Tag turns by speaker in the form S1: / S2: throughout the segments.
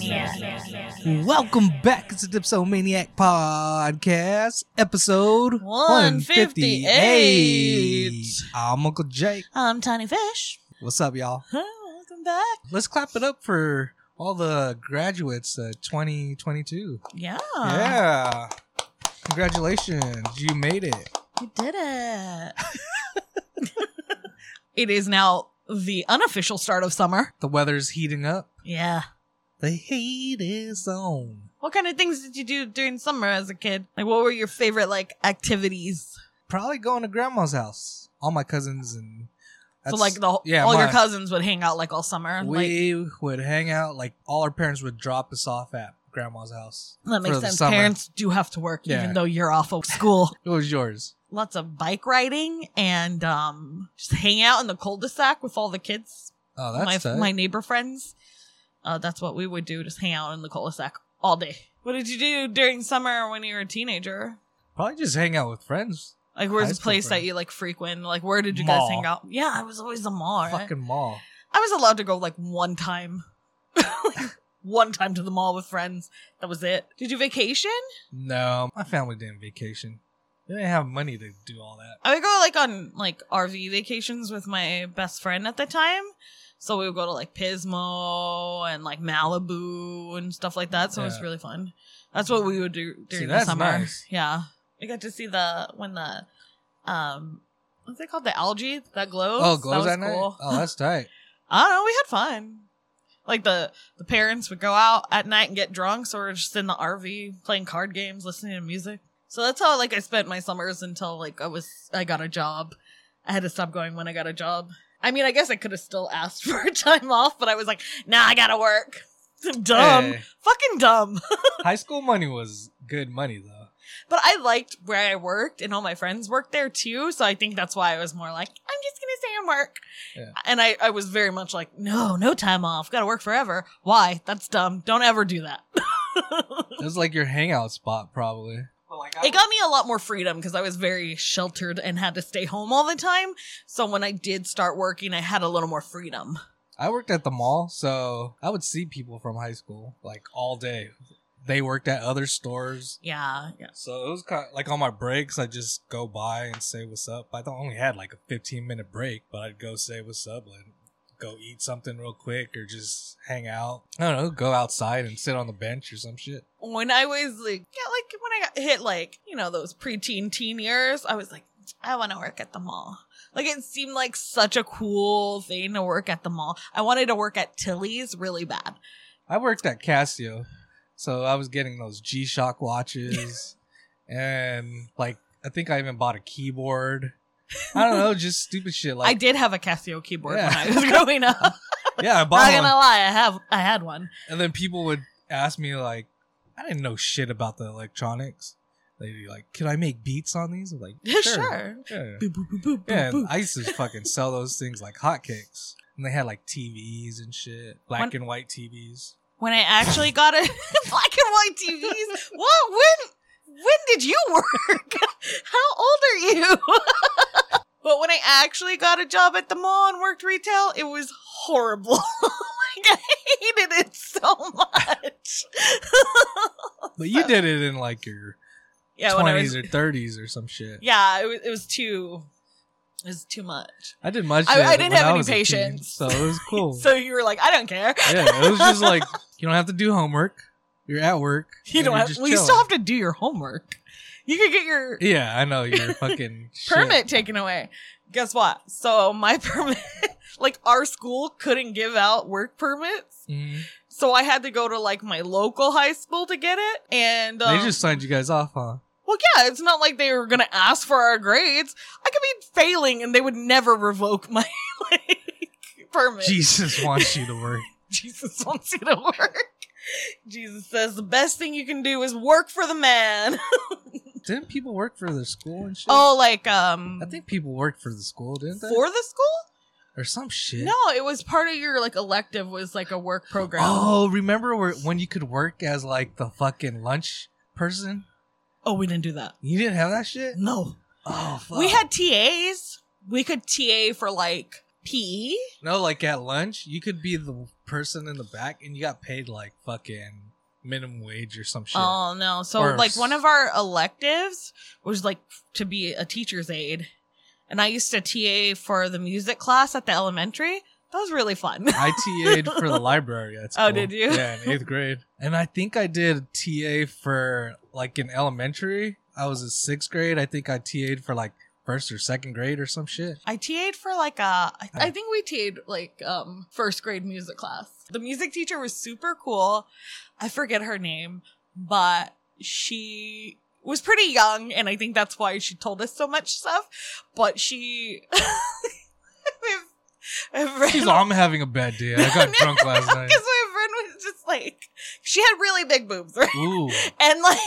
S1: Dipsomania.
S2: Welcome back. It's the Dipsomaniac Podcast, episode
S1: 158.
S2: 158. I'm Uncle Jake.
S1: I'm Tiny Fish.
S2: What's up, y'all?
S1: Welcome back.
S2: Let's clap it up for all the graduates uh, 2022.
S1: Yeah.
S2: yeah. Congratulations. You made it.
S1: You did it. it is now the unofficial start of summer.
S2: The weather's heating up.
S1: Yeah.
S2: The heat is on.
S1: What kind of things did you do during summer as a kid? Like what were your favorite like activities?
S2: Probably going to grandma's house. All my cousins and.
S1: so
S2: that's-
S1: like the whole
S2: yeah,
S1: all your
S2: mine.
S1: cousins would hang out like all summer. like
S2: We would hang out, like all our parents would drop us off at grandma's house.
S1: that makes
S2: for the
S1: sense.
S2: summer.
S1: Parents do have to work
S2: Yeah.
S1: even though you're off of school.
S2: It was yours.
S1: lots of bike riding and um just hang out in the cul-de-sac with all the kids
S2: Oh, that's
S1: my
S2: tight.
S1: my neighbor friends uh that's what we would do just hang out in the cul-de-sac all day what did you do during summer when you were a teenager
S2: Probably just hang out with friends.
S1: like where's
S2: High
S1: the
S2: school
S1: place that
S2: friends.
S1: you like frequent like where did you guys
S2: Mall.
S1: hang out yeah i was always the mall right?
S2: Fucking mall.
S1: i was allowed to go like one time Like, one time to the mall with friends that was it did you vacation
S2: No, my family didn't vacation. They didn't have money to do all that.
S1: I would go like on like RV vacations with my best friend at the time. So we would go to like Pismo and like Malibu and stuff like that. So it was
S2: Yeah.
S1: really fun. That's what we would do during the
S2: that's
S1: summer.
S2: nice.
S1: Yeah. We got to see the when the um what's it called? The algae that glows.
S2: oh, glows
S1: was
S2: at night. Oh, that's tight.
S1: I don't know, we had fun. Like the the parents would go out at night and get drunk, so we we're just in the RV playing card games, listening to music. So that's how like I spent my summers until like I was I got a job. I had to stop going when I got a job. I mean, I guess I could have still asked for time off, but I was like, nah, I gotta work. dumb,
S2: Hey,
S1: fucking dumb.
S2: high school money was good money though.
S1: But I liked where I worked, and all my friends worked there too. So I think that's why I was more like, I'm just gonna stay and work.
S2: Yeah.
S1: And I, I was very much like, no, no time off. Gotta work forever. Why? That's dumb. Don't ever do that.
S2: It was like your hangout spot, probably.
S1: It got me a lot more freedom because I was very sheltered and had to stay home all the time. So when I did start working, I had a little more freedom.
S2: I worked at the mall, so I would see people from high school like all day. They worked at other stores.
S1: Yeah. yeah.
S2: So it was kind of, like on my breaks, I just go by and say what's up. I thought I only had like a 15 minute break, but I'd go say what's up and go eat something real quick or just hang out. I don't know, go outside and sit on the bench or some shit.
S1: when I was like, yeah, like when I got hit, like you know those preteen teen years, I was like, I want to work at the mall. Like it seemed like such a cool thing to work at the mall. I wanted to work at Tilly's really bad.
S2: I worked at Casio, so I was getting those G Shock watches and like I think I even bought a keyboard. I don't know, just stupid shit. Like,
S1: I did have a Casio keyboard
S2: Yeah.
S1: when I was growing up.
S2: yeah, I
S1: Not
S2: bought
S1: gonna
S2: one.
S1: lie, I have I had one.
S2: And then people would ask me like, I didn't know shit about the electronics. They'd be like, "Could I make beats on these?" I'm like,
S1: Sure.
S2: sure. Yeah.
S1: Boop, boop, boop, boop, boop,
S2: Yeah,
S1: boop.
S2: and I used to fucking sell those things like hotcakes. And they had like TVs and shit, black
S1: When-
S2: and white TVs.
S1: when I actually got it, black and white TVs. What? When? When did you work? How old are you? but when I actually got a job at the mall and worked retail, it was horrible. like I hated it so much.
S2: But you did it in like your
S1: yeah, when I
S2: twenties
S1: was,
S2: or thirties or some shit.
S1: yeah, it was, it was too, it was too much.
S2: I did much.
S1: I- I didn't have any patience.
S2: so it was cool.
S1: So you were like, I don't care.
S2: yeah, it was just like you don't have to do homework. You're at work.
S1: You
S2: and
S1: don't
S2: you're
S1: have.
S2: just
S1: Well, you still
S2: chilling.
S1: have to do your homework. You could get your
S2: Yeah, I know you're fucking shit.
S1: permit taken away. Guess what? So my permit, like our school couldn't give out work permits.
S2: Mhm.
S1: So I had to go to like my local high school to get it. And um,
S2: They just signed you guys off, huh?
S1: well, yeah, it's not like they were going to ask for our grades. I could be failing and they would never revoke my like, permit.
S2: Jesus wants you to work.
S1: Jesus wants you to work. Jesus says the best thing you can do is work for the man.
S2: Didn't people work for their school and shit?
S1: Oh, like, um,
S2: I think people worked for the school, didn't they?
S1: for the school?
S2: or some shit.
S1: No, it was part of your like elective was like a work program.
S2: Oh, remember where, when you could work as like the fucking lunch person?
S1: Oh, we didn't do that.
S2: You didn't have that shit.
S1: No.
S2: Oh, fuck.
S1: We had TAs. We could TA for like E. PE?
S2: No, like at lunch, you could be the person in the back and you got paid like fucking minimum wage or some shit.
S1: Oh no. So
S2: Or-
S1: like one of our electives was like to be a teacher's aide. And I used to TA for the music class at the elementary. That was really fun.
S2: I TA'd for the library. That's
S1: Oh,
S2: cool.
S1: did you?
S2: Yeah, in eighth grade. And I think I did TA for like in elementary. I was in sixth grade. I think I TA'd for like first or second grade or some shit.
S1: I TA'd for like a, I, I think we TA'd like um first grade music class. The music teacher was super cool. I forget her name, but she was pretty young, and I think that's why she told us so much stuff. But she, we've, I've read
S2: She's like, I'm having a bad day. I got drunk last
S1: because my
S2: night.
S1: friend was just like, she had really big boobs, right?
S2: Ooh.
S1: And like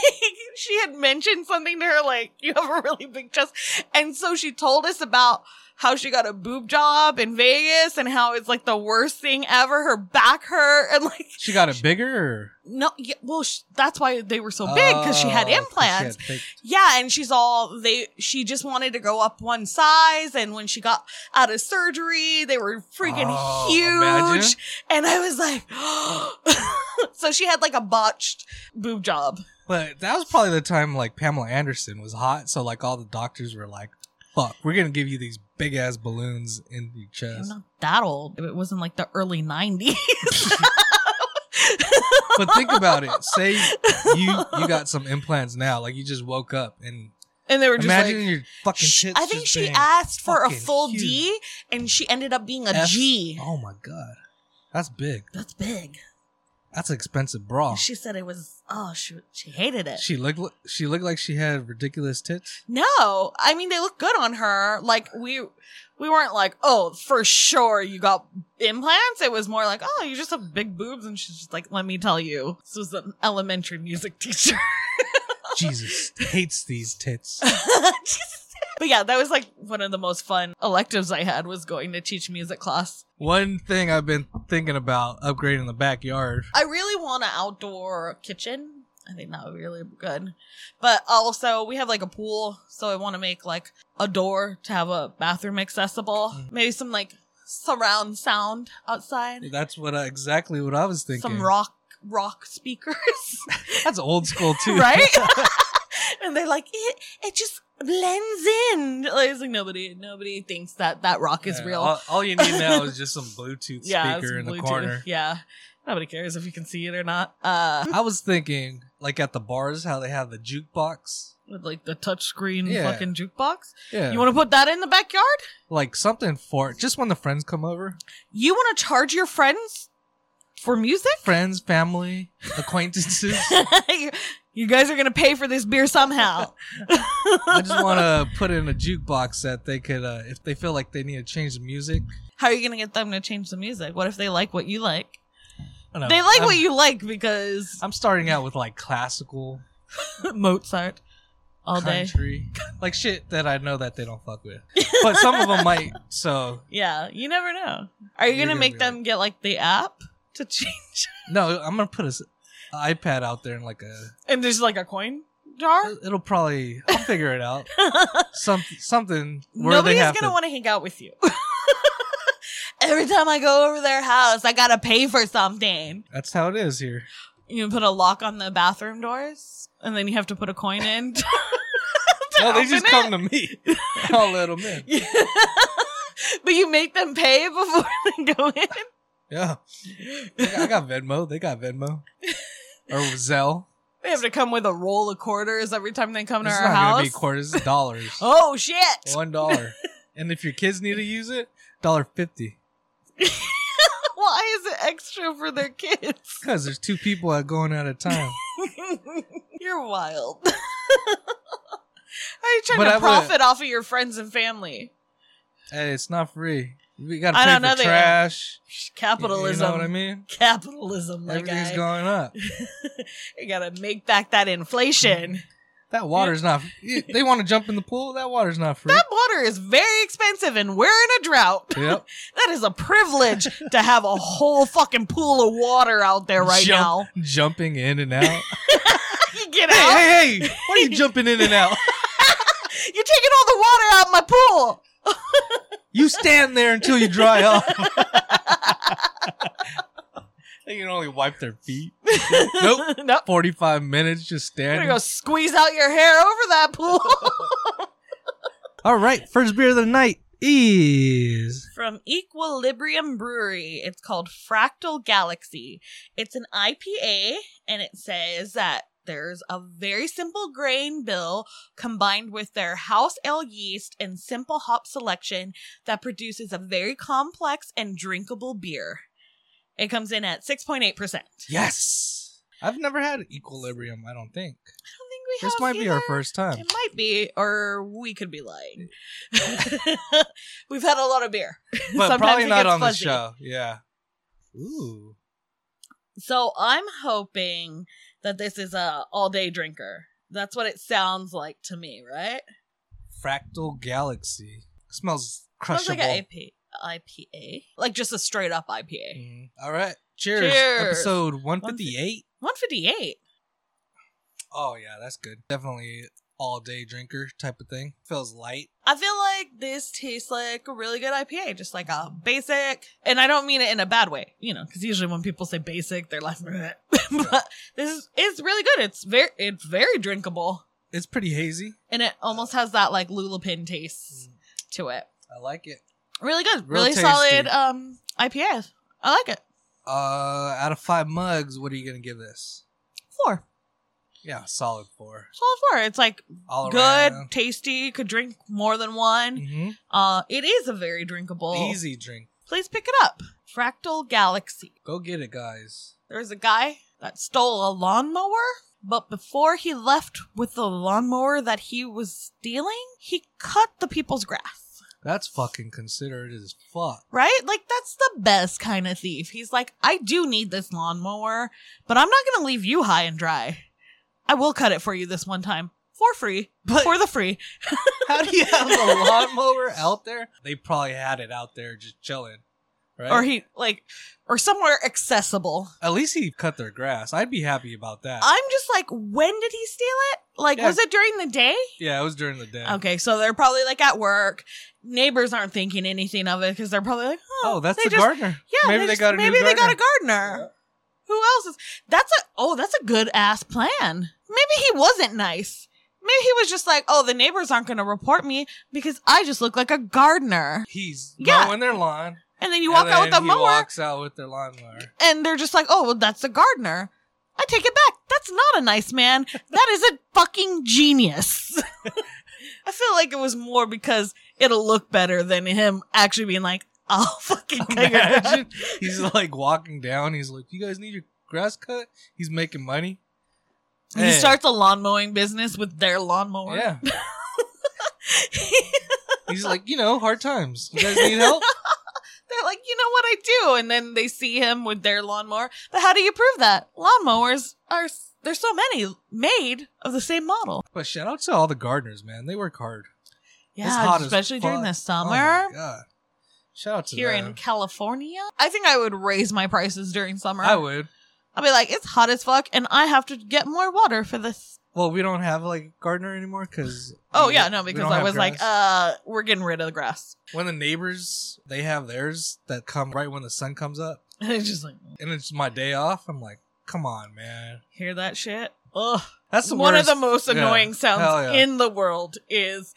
S1: she had mentioned something to her, like, you have a really big chest. And so she told us about how she got a boob job in Vegas and how it's like the worst thing ever. Her back hurt and like
S2: She got it bigger? Or?
S1: no, yeah, well sh- that's why they were so big because she had
S2: Oh, 'cause
S1: implants.
S2: had fake-
S1: Yeah, and she's all they she just wanted to go up one size and when she got out of surgery, they were freaking
S2: Oh,
S1: huge.
S2: imagine.
S1: And I was like So she had like a botched boob job.
S2: But that was probably the time like Pamela Anderson was hot, so like all the doctors were like, "Fuck, we're gonna give you these big ass balloons in your
S1: I'm
S2: chest."
S1: not that old. It wasn't like the early 90s.
S2: But think about it. Say you you got some implants now, like you just woke up and
S1: And they were just
S2: imagine
S1: like,
S2: your fucking
S1: Sh-
S2: shit.
S1: I think she asked for a
S2: fucking
S1: full
S2: huge.
S1: D and she ended up being a G.
S2: F- Oh my god, that's big.
S1: That's big.
S2: That's an expensive bra.
S1: She
S2: She,
S1: said it was, oh, she, she hated it.
S2: looked li- she looked like she had ridiculous tits.
S1: no, I mean, they look good on her. Like, we we weren't like, oh, for sure you got implants. It was more like, oh, you just have big boobs. And she's just like, let me tell you, this was an elementary music teacher.
S2: Jesus hates these tits.
S1: but yeah, that was like one of the most fun electives I had was going to teach music class.
S2: One thing I've been thinking about upgrading the backyard.
S1: I really want an outdoor kitchen. I think that would be really good. But also, we have like a pool, so I want to make like a door to have a bathroom accessible.
S2: Mm.
S1: Maybe some like surround sound outside.
S2: That's what I, exactly what I was thinking.
S1: Some rock rock speakers,
S2: That's old school too,
S1: right? and they're like, it it just blends in. Like, it's like nobody nobody thinks that that rock is
S2: Yeah,
S1: real.
S2: All, all you need now is just some Bluetooth
S1: yeah,
S2: speaker
S1: it's
S2: in the
S1: Bluetooth.
S2: corner.
S1: Yeah, nobody cares if you can see it or not. Uh,
S2: I was thinking, like at the bars, how they have the jukebox.
S1: with like the touchscreen
S2: Yeah.
S1: fucking jukebox.
S2: Yeah,
S1: You want to put that in the backyard?
S2: like something for just when the friends come over,
S1: You want to charge your friends for music?
S2: friends, family, acquaintances.
S1: You- you guys are gonna pay for this beer somehow.
S2: I just want to put in a jukebox that they could, uh, if they feel like they need to change the music.
S1: How are you gonna get them to change the music? What if they like what you like?
S2: I don't know.
S1: They like
S2: I'm,
S1: what you like because
S2: I'm starting out with like classical,
S1: Mozart all day.
S2: country, like shit that I know that they don't fuck with, but some of them might. So
S1: Yeah, you never know. Are you
S2: You're
S1: gonna,
S2: gonna
S1: make
S2: be
S1: them get like the app to change?
S2: no, I'm gonna put a s- iPad out there and like a
S1: and there's like a coin jar.
S2: It- It'll probably I'll figure it out. Some something where
S1: Nobody's
S2: they have
S1: gonna
S2: to,
S1: want to hang out with you. Every time I go over their house, I gotta pay for something.
S2: That's how it is here.
S1: You put a lock on the bathroom doors, and then you have to put a coin in.
S2: No, they
S1: open
S2: just
S1: it.
S2: come to me. I'll let them in.
S1: but you make them pay before they go in.
S2: Yeah, They got- I got Venmo. They got Venmo or Zelle.
S1: They have to come with a roll of quarters every time they come to
S2: It's
S1: our
S2: not gonna be
S1: house.
S2: quarters. It's dollars.
S1: oh shit!
S2: One dollar. And if your kids need to use it, dollar fifty.
S1: Why is it extra for their kids?
S2: Because there's two people out going at a time.
S1: You're wild. Are you trying
S2: But
S1: to
S2: I would-
S1: profit off of your friends and family?
S2: hey, it's not free. We got to
S1: I
S2: pay
S1: don't know
S2: for
S1: they-
S2: trash. You-
S1: Capitalism.
S2: You know what I mean?
S1: Capitalism, my
S2: Everything's
S1: guy.
S2: going up.
S1: you gotta make back that inflation.
S2: That water's not. They want to jump in the pool. That water's not free.
S1: that water is very expensive, and we're in a drought.
S2: Yep.
S1: That is a privilege to have a whole fucking pool of water out there right
S2: Jump- Jumping in and out. hey,
S1: now. You get out.
S2: hey, hey! Why are you jumping in and out?
S1: You're taking all the water out of my pool.
S2: You stand there until you dry off. They can only wipe their feet. Nope.
S1: nope.
S2: 45 minutes just
S1: You're gonna
S2: standing.
S1: go squeeze out your hair over that pool.
S3: All right, first beer of the night is
S1: From Equilibrium Brewery. It's called Fractal Galaxy. It's an IPA, and it says that there's a very simple grain bill combined with their house ale yeast and simple hop selection that produces a very complex and drinkable beer. It comes in at 6.8%. I don't think
S2: Yes. I've never had equilibrium, I don't think.
S1: we
S2: This
S1: have
S2: might be our
S1: either.
S2: first time.
S1: It might be, or we could be lying. We've had a lot of beer.
S2: But
S1: Sometimes
S2: probably
S1: it
S2: not
S1: gets
S2: on
S1: fuzzy.
S2: the show. Yeah. Ooh.
S1: So I'm hoping that this is a all day drinker. That's what it sounds like to me, right?
S2: Fractal Galaxy. Smells
S1: Sounds
S2: crushable.
S1: like an IP, IPA, like just a straight up IPA.
S2: Mhm. All right. Cheers.
S1: Cheers.
S2: Episode 158.
S1: 158.
S2: Oh, yeah, that's good. Definitely all day drinker type of thing. Feels light.
S1: I feel like this tastes like a really good IPA, just like a basic, and I don't mean it in a bad way, you know, because usually when people say basic, they're like, "Bleh." but this is it's really good. It's very it's very drinkable.
S2: It's pretty hazy.
S1: and it almost has that like lulapin taste to it.
S2: I like it.
S1: Really good,
S2: Mm. Real
S1: really
S2: tasty.
S1: solid um IPA. I like it.
S2: Uh, out of five mugs, what are you gonna give this?
S1: Four,
S2: Yeah, solid four.
S1: solid four. It's like
S2: All
S1: good, tasty. Could drink more than one.
S2: hmm
S1: Uh, it is a very drinkable.
S2: Easy drink.
S1: Please pick it up. Fractal Galaxy.
S2: Go get it, guys.
S1: There was a guy that stole a lawnmower, but before he left with the lawnmower that he was stealing, he cut the people's grass.
S2: That's fucking considerate as fuck.
S1: Right? Like, that's the best kind of thief. He's like, I do need this lawnmower, but I'm not going to leave you high and dry. I will cut it for you this one time for free,
S2: But-
S1: for the free.
S2: How do you have a lawnmower out there? They probably had it out there just chilling, right?
S1: Or he, like, or somewhere accessible.
S2: At least he cut their grass. I'd be happy about that.
S1: I'm just like, when did he steal it? Like,
S2: Yeah.
S1: was it during the day?
S2: yeah, it was during the day.
S1: Okay, so they're probably like at work. Neighbors aren't thinking anything of it because they're probably like, oh,
S2: Oh, that's
S1: they
S2: the
S1: just-
S2: gardener.
S1: Yeah,
S2: maybe they,
S1: just-
S2: got a new
S1: maybe they got a
S2: gardener.
S1: gardener. Who else is? That's a oh, that's a good ass plan. Maybe he wasn't nice. Maybe he was just like, oh, the neighbors aren't going to report me because I just look like a gardener.
S2: He's
S1: Yeah.
S2: mowing their lawn.
S1: And then you walk out with a
S2: the
S1: mower,
S2: He walks out with their lawnmower.
S1: and they're just like, oh, well, that's a gardener. I take it back. That's not a nice man. That is a fucking genius. I feel like it was more because it'll look better than him actually being like, I'll fucking cut your grass.
S2: Imagine he's like walking down. He's like, "You guys need your grass cut." He's making money.
S1: He
S2: Hey.
S1: starts a lawn mowing business with their lawnmower.
S2: Yeah. He's like, you know, hard times. You guys need help.
S1: They're like, you know what I do, and then they see him with their lawnmower. But how do you prove that lawnmowers are? There's so many made of the same model.
S2: But shout out to all the gardeners, man. They work hard.
S1: Yeah,
S2: hot as
S1: especially during
S2: fuck.
S1: the
S2: Oh my
S1: summer
S2: God. Shout out to
S1: here in
S2: them.
S1: California. I think I would raise my prices during summer.
S2: I would.
S1: I'd be like, it's hot as fuck, and I have to get more water for this.
S2: Well, we don't have like a gardener anymore because.
S1: Oh yeah, no, because I was like, uh, we're getting rid of the grass.
S2: when the neighbors they have theirs that come right when the sun comes up,
S1: And it's just like,
S2: and it's my day off. I'm like, come on, man.
S1: hear that shit? Ugh.
S2: That's the
S1: one
S2: worst.
S1: of the most
S2: Yeah.
S1: annoying
S2: Hell
S1: sounds
S2: yeah.
S1: in the world is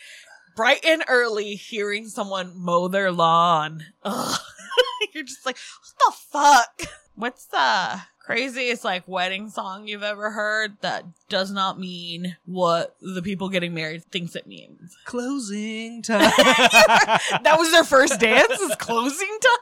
S1: bright and early hearing someone mow their lawn. Ugh. You're just like, what the fuck? What's the craziest like wedding song you've ever heard that does not mean what the people getting married thinks it means?
S2: closing time.
S1: That was their first dance is closing time.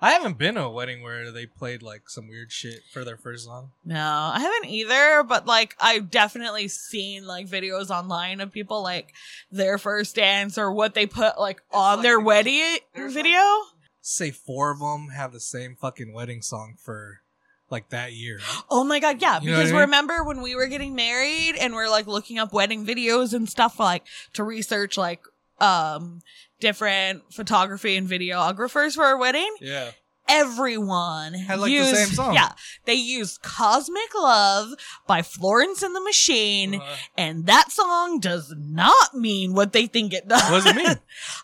S2: I haven't been to a wedding where they played like some weird shit for their first song.
S1: No, I haven't either, but like I've definitely seen like videos online of people like their first dance or what they put like on
S2: like
S1: their
S2: the-
S1: wedding
S2: there's
S1: video.
S2: Say four of them have the same fucking wedding song for like that year.
S1: Oh my god, yeah.
S2: You know what
S1: because
S2: I mean?
S1: remember when we were getting married and we're like looking up wedding videos and stuff like to research like um different photography and videographers for our wedding?
S2: Yeah.
S1: Everyone
S2: Had, like, the same song.
S1: Yeah. They used Cosmic Love by Florence and the Machine. and that song does not mean what they think it does.
S2: wasn't me.
S1: I,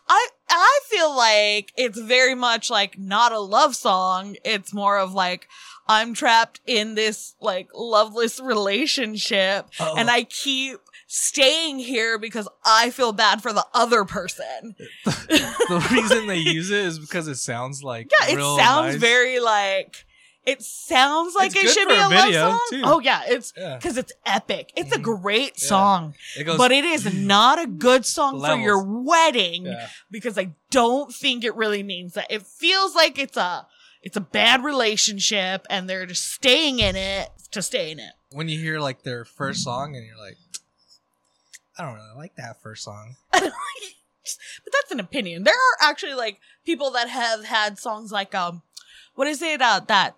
S1: I I feel like it's very much like not a love song. It's more of like, I'm trapped in this like loveless relationship
S2: Oh. Uh,
S1: and I keep staying here because I feel bad for the other person.
S2: the reason they use it is because it sounds like
S1: Yeah, it
S2: real
S1: sounds
S2: nice.
S1: very like, it sounds like
S2: It's
S1: it
S2: good
S1: should
S2: for
S1: be
S2: a
S1: a love
S2: video,
S1: song.
S2: too.
S1: Oh, yeah. It's
S2: Yeah,
S1: because it's epic. It's a
S2: Mhm.
S1: great
S2: Yeah.
S1: song,
S2: it goes.
S1: but it is not a good song for your wedding.
S2: yeah.
S1: because I don't think it really means that. It feels like it's a it's a bad relationship and they're just staying in it to stay in it.
S2: When you hear like their first song and you're like, I don't really like that first song.
S1: But that's an opinion. There are actually like people that have had songs like um what is it uh that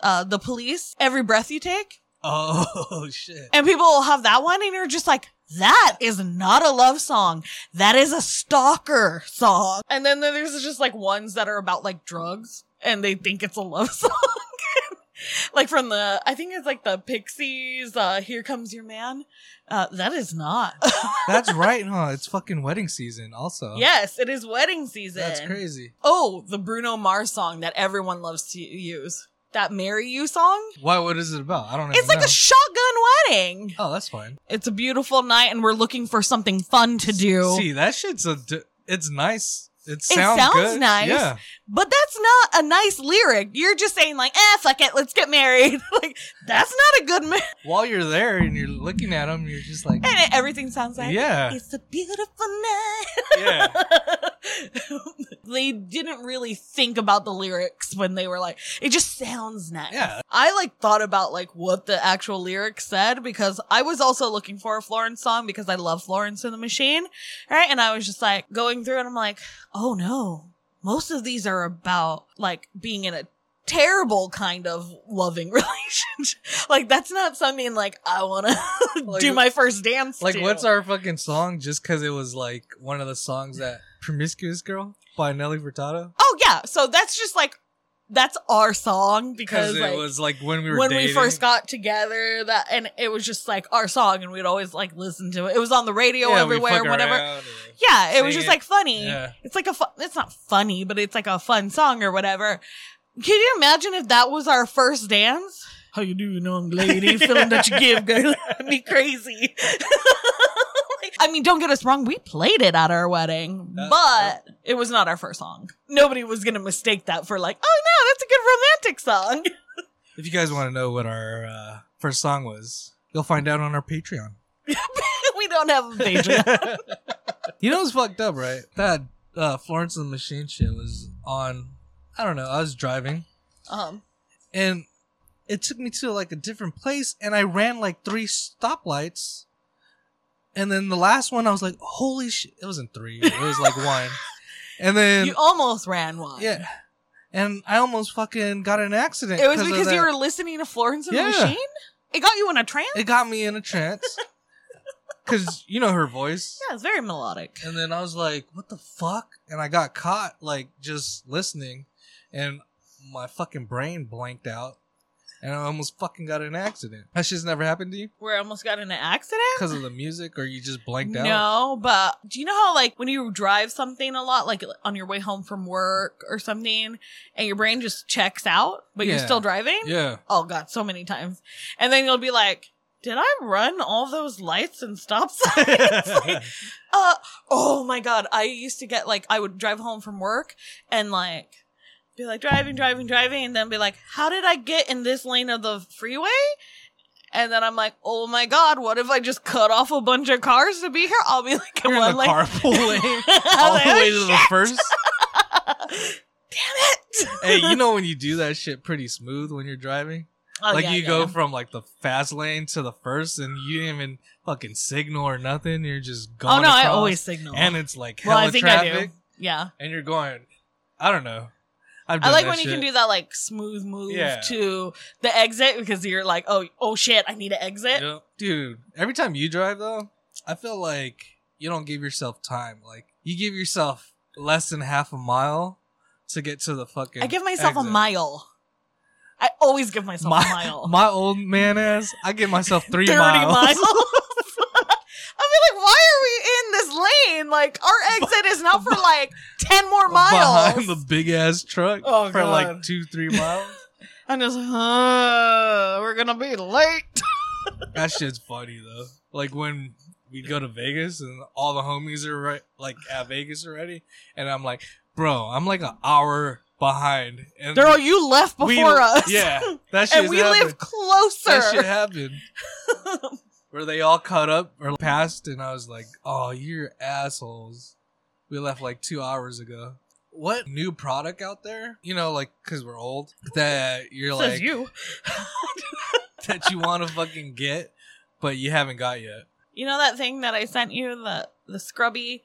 S1: uh the police every breath you take
S2: Oh shit!
S1: and people will have that one and you're just like that is not a love song. That is a stalker song. And then there's just like ones that are about like drugs and they think it's a love song. like from the, I think it's like the Pixies, uh, Here Comes Your Man. Uh, that is not.
S2: That's right, huh? It's fucking wedding season, also.
S1: yes, it is wedding season.
S2: that's crazy.
S1: Oh, the Bruno Mars song that everyone loves to use. That Marry You song.
S2: Why? What is it about? I don't.
S1: It's
S2: even
S1: like
S2: know.
S1: a shotgun wedding.
S2: oh, that's fine.
S1: It's a beautiful night and we're looking for something fun to do.
S2: See, that shit's a. d- It's nice. It
S1: It
S2: sounds,
S1: sounds
S2: good.
S1: nice.
S2: Yeah.
S1: But that's not a nice lyric. You're just saying like, eh, fuck it, let's get married. like that's not a good ma-
S2: While you're there and you're looking at them, you're just like,
S1: and it, everything sounds like
S2: yeah,
S1: It's a beautiful night.
S2: yeah.
S1: they didn't really think about the lyrics when they were like, it just sounds nice.
S2: Yeah.
S1: I like thought about like what the actual lyrics said because I was also looking for a Florence song because I love Florence and the Machine. Right. And I was just like going through and I'm like, oh no, most of these are about like being in a terrible kind of loving relationship. like that's not something like I want to
S2: Like-
S1: do my first dance.
S2: Like,
S1: to.
S2: what's our fucking song? Just because it was like one of the songs that "Promiscuous Girl" by Nelly Furtado.
S1: Oh yeah, so that's just like that's our song because
S2: Because it
S1: like,
S2: was like when we were
S1: when
S2: dating.
S1: we first got together, that and it was just like our song, and we'd always like listen to it. It was on the radio
S2: Yeah, we
S1: everywhere,
S2: fuck
S1: whatever.
S2: around and-
S1: Yeah, it
S2: Sing
S1: was just
S2: it.
S1: like funny.
S2: Yeah.
S1: It's like a fun. It's not funny, but it's like a fun song or whatever. Can you imagine if that was our first dance? How you doing, young
S2: um,
S1: lady? Feeling that you give, girl, me crazy. Like, I mean, don't get us wrong. We played it at our wedding,
S2: Uh,
S1: but it was not our first song. Nobody was gonna mistake that for like, oh no, that's a good romantic song.
S2: If you guys want to know what our uh, first song was, you'll find out on our Patreon.
S1: we don't have a Patreon.
S2: you know what's fucked up, right? That uh, Florence and the Machine shit was on. I don't know. I was driving
S1: um,
S2: and it took me to like a different place, and I ran like three stoplights, and then the last one I was like, "Holy shit!" It wasn't three. It was like one, and then
S1: you almost ran one.
S2: yeah, and I almost fucking got in an accident.
S1: It was
S2: 'cause of
S1: because
S2: that.
S1: you were listening to Florence and the
S2: Yeah.
S1: Machine. It got you in a trance.
S2: It got me in a trance because you know her voice.
S1: Yeah, it's very melodic.
S2: And then I was like, what the fuck? And I got caught, like, just listening. And my fucking brain blanked out. And I almost fucking got in an accident. That shit's never happened to you?
S1: Where I almost got in an accident.
S2: Because of the music, or you just blanked out?
S1: No, but do you know how like when you drive something a lot, like on your way home from work or something, and your brain just checks out, but you're
S2: Yeah.
S1: still driving?
S2: Yeah.
S1: Oh god, so many times. And then you'll be like, Did I run all those lights and stop signs? like, uh oh my god. I used to get like I would drive home from work and like be like driving, driving, driving, and then be like, How did I get in this lane of the freeway? And then I'm like, oh my god, what if I just cut off a bunch of cars to be here? I'll be like
S2: You're
S1: in
S2: in the
S1: one lane.
S2: carpool lane.
S1: I'm
S2: All
S1: like,
S2: the
S1: "Oh,
S2: way to the first.
S1: Damn it!
S2: hey, you know when you do that shit pretty smooth when you're driving?
S1: Oh,
S2: like
S1: yeah,
S2: you
S1: yeah,
S2: go
S1: yeah.
S2: from like the fast lane to the first, and you didn't even fucking signal or nothing. You're just going.
S1: Oh no, I
S2: across,
S1: always signal.
S2: And it's like
S1: well,
S2: hella
S1: I think
S2: traffic.
S1: I do. Yeah.
S2: and you're going, I don't know. I've
S1: I
S2: done
S1: like
S2: that
S1: when you
S2: shit.
S1: can do that like smooth move
S2: Yeah.
S1: to the exit because you're like, oh, oh shit, I need to exit.
S2: Yep. Dude, every time you drive though, I feel like you don't give yourself time. Like you give yourself less than half a mile to get to the fucking.
S1: I give myself a
S2: exit.
S1: mile. I always give myself
S2: My-
S1: a mile.
S2: My old man ass, I give myself three
S1: Thirty
S2: miles.
S1: miles. I'll be like, why are we in this lane? mean? Like our exit is not for like ten more miles.
S2: behind the big ass truck
S1: Oh,
S2: for like
S1: God.
S2: two, three miles.
S1: I'm just, uh, we're gonna be late.
S2: that shit's funny though. Like when we go to Vegas and all the homies are right, like at Vegas already, and I'm like, bro, I'm like an hour behind. And
S1: Daryl, you left before
S2: we-
S1: us.
S2: Yeah, that shit.
S1: and we live
S2: That shit
S1: closer.
S2: happened. Where they all caught up or passed, and I was like, "Oh, you're assholes." We left like two hours ago. What new product out there? You know, like because we're old, that you're
S1: Says
S2: like
S1: you.
S2: that you want to fucking get, but you haven't got yet.
S1: You know that thing that I sent you, the the scrubby,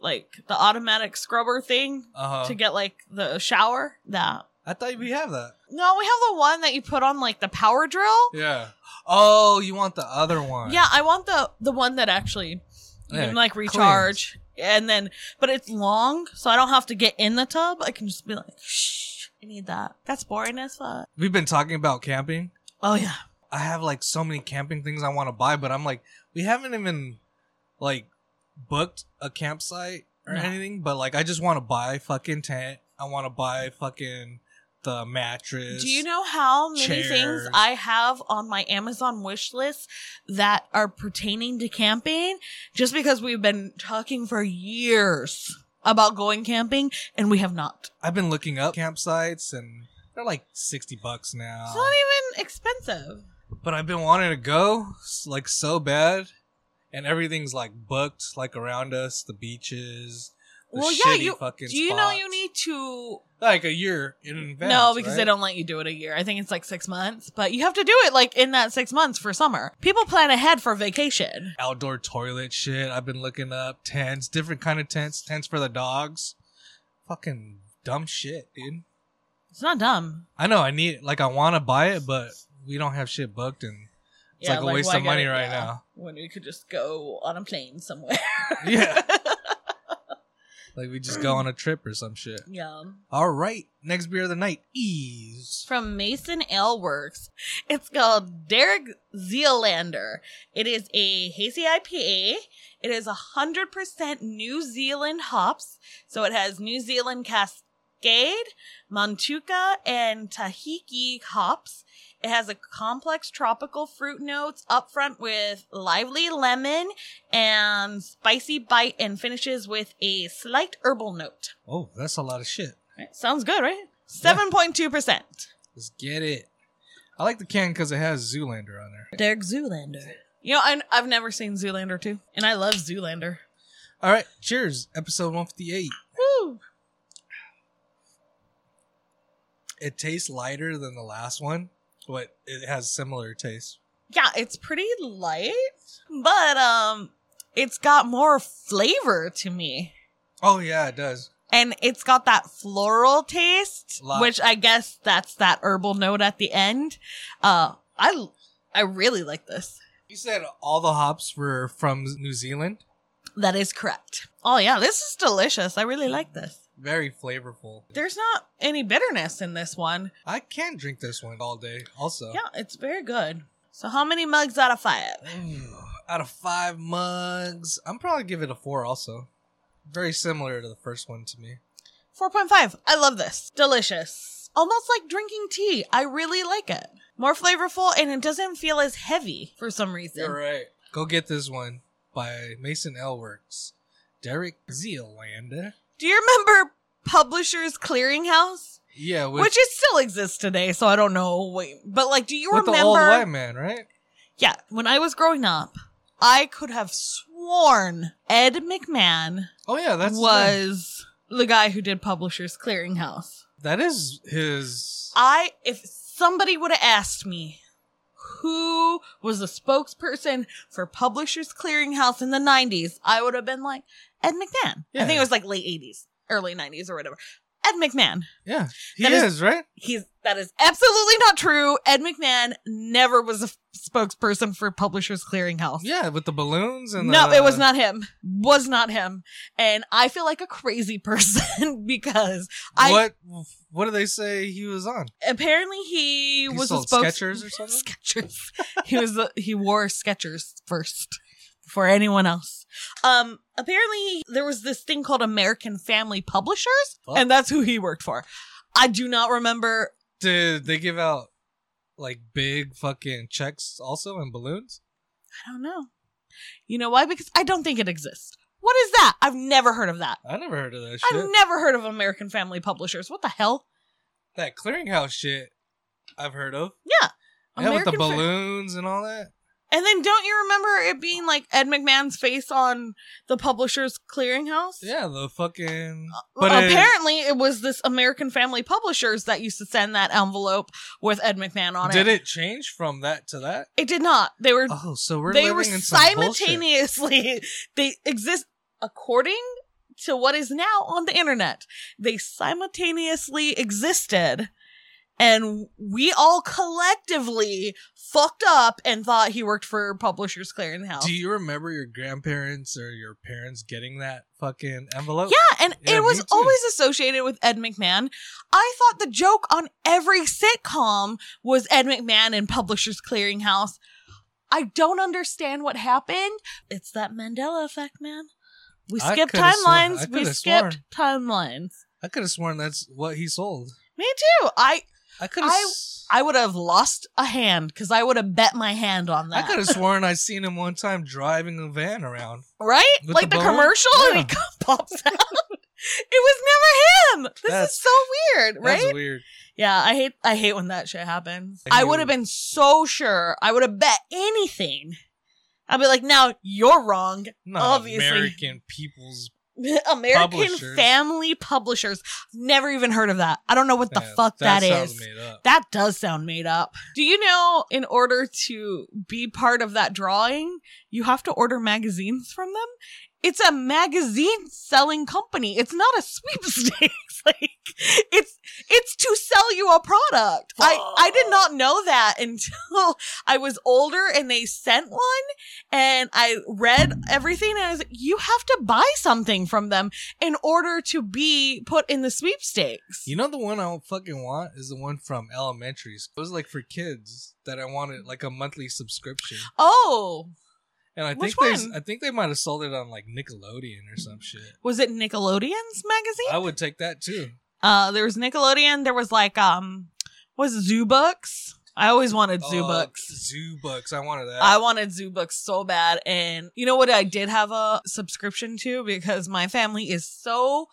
S1: like the automatic scrubber thing
S2: Uh huh.
S1: to get like the shower. That
S2: I thought we have that.
S1: no, we have the one that you put on like the power drill.
S2: Yeah. Oh, you want the other one?
S1: Yeah, I want the the one that actually you
S2: Yeah,
S1: can like recharge and then but it's long, so I don't have to get in the tub. I can just be like, shh, I need that. That's boring as fuck.
S2: We've been talking about camping.
S1: Oh yeah.
S2: I have like so many camping things I want to buy, but I'm like, we haven't even like booked a campsite or
S1: No.
S2: anything. But like, I just want to buy fucking tent. I want to buy fucking the mattress.
S1: Do you know how many
S2: chairs.
S1: things I have on my Amazon wish list that are pertaining to camping? Just because we've been talking for years about going camping and we have not.
S2: I've been looking up campsites and they're like sixty bucks now.
S1: It's not even expensive.
S2: But I've been wanting to go s- like so bad, and everything's like booked like around us, the beaches. The
S1: Well, yeah,
S2: shitty
S1: you-
S2: fucking
S1: Do you know you
S2: spots.
S1: need to
S2: like a year in advance?
S1: No, because they
S2: right?
S1: don't let you do it a year. I think it's like six months, but you have to do it like in that six months for summer. People plan ahead for vacation.
S2: outdoor toilet shit. I've been looking up tents, different kind of tents, tents for the dogs. Fucking dumb shit, dude.
S1: It's not dumb.
S2: I know I need like I want to buy it, but we don't have shit booked, and it's like a waste
S1: why
S2: of money
S1: get it?
S2: right
S1: Yeah.
S2: now.
S1: When we could just go on a plane somewhere.
S2: Yeah, like we just go on a trip or some shit.
S1: yeah.
S2: All right, next beer of the night, ease.
S1: From Mason Ale Works. It's called Derek Zealander. It is a hazy IPA. It is 100% New Zealand hops. So it has New Zealand Cascade, Mantuka, and Tahiki hops. It has a complex tropical fruit notes up front with lively lemon and spicy bite and finishes with a slight herbal note.
S2: Oh, that's a lot of shit.
S1: Right, Sounds good, right? 7.2%.
S2: Let's get it. I like the can because it has Zoolander on there.
S1: Derek Zoolander. You know, I, I've never seen Zoolander too, and I love Zoolander.
S2: All right, cheers. Episode one fifty eight.
S1: Woo!
S2: It tastes lighter than the last one, but it has similar taste.
S1: Yeah, it's pretty light, but um, it's got more flavor to me,
S2: Oh yeah, it does.
S1: and it's got that floral taste,
S2: Lot.
S1: which I guess that's that herbal note at the end. Uh, I I really like this.
S2: You said all the hops were from New Zealand.
S1: That is correct. Oh yeah, this is delicious. I really like this.
S2: Very flavorful.
S1: There's not any bitterness in this one.
S2: I can drink this one all day. Also,
S1: Yeah, it's very good. So how many mugs out of five?
S2: Ooh, out of five mugs, I'm probably give it a four. Also, very similar to the first one to me.
S1: 4.5. I love this. Delicious. Almost like drinking tea. I really like it. More flavorful and it doesn't feel as heavy for some reason.
S2: right. Go get this one by Mason L. Works. Derek Zealander.
S1: Do you remember Publishers Clearinghouse?
S2: Yeah, with,
S1: Which it still exists today, so I don't know. Wait, but like, do you
S2: with
S1: remember?
S2: the old white man, right?
S1: Yeah, when I was growing up, I could have sworn Ed McMahon
S2: Oh yeah, that's his name.
S1: was the guy who did Publishers Clearinghouse.
S2: that is his.
S1: I if somebody would have asked me who was the spokesperson for Publishers Clearinghouse in the 90s, I would have been like Ed McMahon. I think
S2: Yeah.
S1: it was like late 80s, early 90s or whatever. Ed McMahon.
S2: Yeah, he
S1: That is-
S2: is right.
S1: He's that is absolutely not true. Ed McMahon never was a f- spokesperson for Publishers Clearinghouse.
S2: Yeah, with the balloons and
S1: No,
S2: the-
S1: it was not him. Was not him. And I feel like a crazy person because I
S2: what what do they say he was on?
S1: apparently he,
S2: He
S1: was
S2: sold
S1: a spokes-
S2: Uh-huh. Skechers or something?
S1: Skechers. he was a, he wore Skechers first. before anyone else. Um, apparently there was this thing called American Family Publishers,
S2: Fuck.
S1: and that's who he worked for. I do not remember.
S2: Dude, they give out like big fucking checks also in balloons.
S1: I don't know. You know why? Because I don't think it exists. What is that? I've never heard of that.
S2: I never heard of that shit.
S1: I've never heard of American Family Publishers. What the hell?
S2: that clearinghouse shit I've heard of.
S1: Yeah.
S2: Yeah, with the
S1: American Fa-
S2: balloons and all that.
S1: And then don't you remember it being like Ed McMahon's face on the publisher's clearinghouse?
S2: Yeah, the fucking.
S1: Well,
S2: But it-
S1: apparently it, was this American Family Publishers that used to send that envelope with Ed McMahon on
S2: Did
S1: it.
S2: it change from that to that?
S1: It did not. They were
S2: Oh, so we're
S1: they
S2: living
S1: were
S2: in some bullshit.
S1: simultaneously they exist according to what is now on the internet. They simultaneously existed and we all collectively fucked up and thought he worked for Publishers Clearinghouse.
S2: Do you remember your grandparents or your parents getting that fucking envelope?
S1: Yeah, and
S2: Oh, Yeah,
S1: it
S2: me
S1: was
S2: too.
S1: always associated with Ed McMahon. I thought the joke on every sitcom was Ed McMahon and Publishers Clearinghouse. I don't understand what happened. It's that Mandela effect, man. We
S2: I
S1: skipped
S2: coulda sworn- I
S1: timelines. we
S2: coulda
S1: skipped timelines.
S2: I could have sworn that's what he sold.
S1: Me too. I
S2: I could have.
S1: I- I would have lost a hand because I would have bet my hand on
S2: I
S1: that.
S2: could have sworn I seen him one time driving a van around.
S1: right?
S2: With
S1: Like the,
S2: the bone?
S1: commercial,
S2: Yeah.
S1: and he pops out. it was never him. This
S2: That's-
S1: is so weird, right?
S2: That's weird.
S1: Yeah, I hate I hate when that shit happens. I,
S2: I knew-
S1: would have been so sure. I would have bet anything. I'd be like, now you're wrong.
S2: Not
S1: Obviously.
S2: American people's.
S1: American
S2: Publishers.
S1: Family Publishers. Never even heard of that. I don't know what the
S2: Yeah,
S1: fuck
S2: that
S1: that
S2: sounds
S1: is.
S2: Made up.
S1: That does sound made up. Do you know in order to be part of that drawing, you have to order magazines from them? It's a magazine selling company. It's not a sweepstakes. like it's it's to sell you a product. I I did not know that until I was older and they sent one and I read everything and I was like, you have to buy something from them in order to be put in the sweepstakes.
S2: You know the one I don't fucking want is the one from elementary. It was like for kids that I wanted like a monthly subscription,
S1: oh,
S2: and I
S1: Which
S2: think they
S1: one?
S2: I think they might have sold it on like Nickelodeon or some shit.
S1: was it Nickelodeon's magazine?
S2: I would take that too.
S1: Uh, there was Nickelodeon. There was like um, was it Zoo Books? I always wanted Zoo
S2: Oh,
S1: Books.
S2: Zoo books. I wanted that.
S1: I wanted Zoo Books so bad, and you know what? I did have a subscription to because my family is so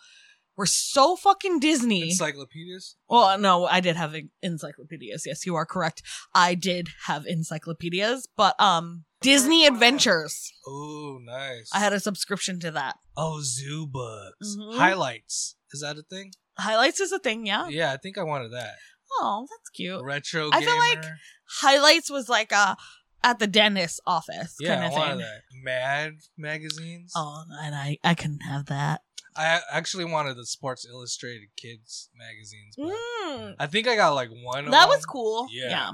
S1: we're so fucking Disney.
S2: Encyclopedias.
S1: Well, no, I did have en- encyclopedias. Yes, you are correct. I did have encyclopedias, but um, Disney Adventures.
S2: Oh, nice.
S1: I had a subscription to that.
S2: oh zoo books
S1: Mhm.
S2: highlights. Is that a thing?
S1: Highlights is a thing, yeah.
S2: Yeah, I think I wanted that
S1: Oh, that's cute.
S2: retro.
S1: Oh. I feel like-
S2: gamer.
S1: highlights was like uh at the dentist office
S2: yeah,
S1: kind
S2: I
S1: of
S2: wanted
S1: thing.
S2: that. Mad magazines.
S1: Oh, and I I couldn't have that.
S2: I actually wanted the Sports Illustrated kids magazines. but-
S1: Mm,
S2: I think I got like one. of
S1: that was
S2: them.
S1: cool.
S2: Yeah.
S1: Yeah.